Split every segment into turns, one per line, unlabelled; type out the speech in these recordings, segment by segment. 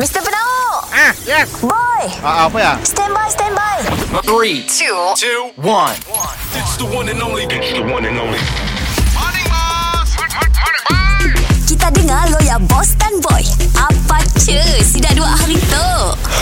Mr. Penau!
Ah, yes.
Boy!
Ah, apa ya?
Stand by, stand by!
Three, two, two, one.
It's the one and only. It's the one and only.
Kita dengar lo ya, boss dan boy. Apa cuy? Sudah dua hari tu.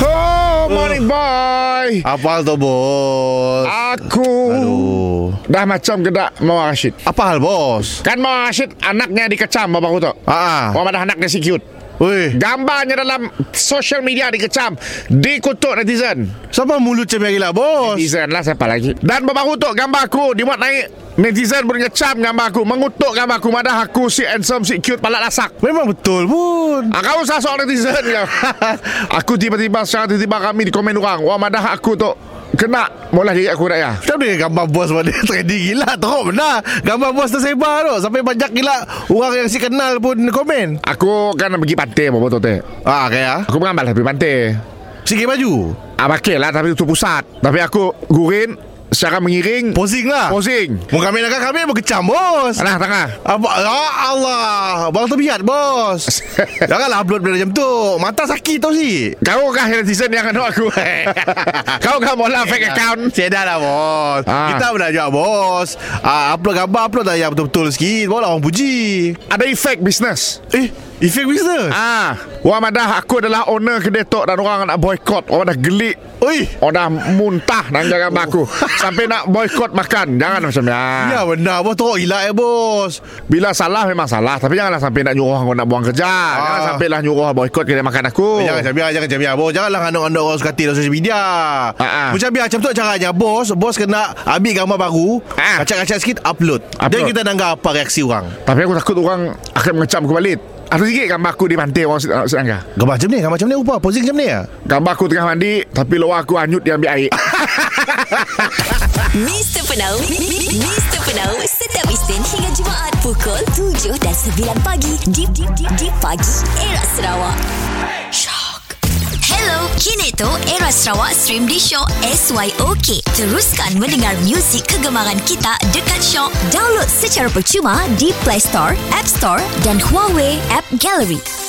Oh, morning boy.
Apa hal tu, bos?
Aku
Aduh.
dah macam gedak Mawar Rashid.
Apa hal, bos?
Kan Mawar Rashid anaknya dikecam bapak aku tu.
Ah, ah.
Orang ada anaknya si cute.
Weh,
Gambarnya dalam social media dikecam, dikutuk netizen.
siapa mulut cemil gila, bos?
Netizen lah siapa lagi. Dan bapak aku tu gambar aku dibuat naik. Netizen berngecam gambar aku, mengutuk gambar aku, madah aku si handsome, si cute, palak lasak.
Memang betul pun.
Ah, kau usah soal netizen kau. aku tiba-tiba secara tiba-tiba kami di komen orang. Wah madah aku tu kena mula diri aku ya? raya.
Kita boleh gambar bos pada trending gila Teruk benar Gambar bos tersebar tu Sampai banyak gila Orang yang si kenal pun komen
Aku kan pergi pantai apa tu teh.
Ah kaya
Aku mengambil lah pergi pantai.
Sikit baju
Ah pakai lah tapi tu pusat. Tapi aku gurin secara mengiring
Posing lah
posing.
Mau kami nak kami berkecam bos
Tengah tengah.
Apa Ya Allah Bang terbiat bos Janganlah upload benda macam tu Mata sakit tau si
Kau kah netizen yang anu aku? Kau kah mula fake account?
Sedar lah bos
Ah.
Kita pun nak jual bos ah, Upload gambar Upload tak yang betul-betul sikit Barulah orang puji
Ada efek bisnes.
Eh Efek business
Ah, orang madah aku adalah owner kedai tok dan orang nak boycott. Orang dah gelik.
Oi
Orang dah muntah dan jangan aku. Sampai nak boycott makan. Jangan macam ni. Ah.
Ya benar bos Teruk gila eh bos
Bila salah memang salah Tapi janganlah sampai nak nyuruh orang nak buang kerja ah. Jangan
Ah.
sampai lah nyuruh orang boikot kedai makan aku
Oh. Jangan macam biar Jangan macam biar bos Janganlah anak-anak orang suka hati Dalam social media
ah.
Macam biar Macam tu caranya Bos Bos kena ambil gambar baru
Ah.
Kacak-kacak sikit Upload,
Upload.
Dan kita nanggar apa reaksi orang
Tapi aku takut orang akan mengecam aku balik Ada sikit gambar aku di pantai orang sedang sedang
Gambar macam ni Gambar macam ni rupa Posing macam ni ya
Gambar aku tengah mandi Tapi luar aku hanyut dia ambil air
Mr. Penau, mi- mi- mi- Mr. Penau, setiap Isnin hingga Jumaat pukul 7 dan 9 pagi di, di, di, di pagi era Sarawak. Shock. Hello, kini tu era Sarawak stream di Shock SYOK. Teruskan mendengar muzik kegemaran kita dekat Shock. Download secara percuma di Play Store, App Store dan Huawei App Gallery.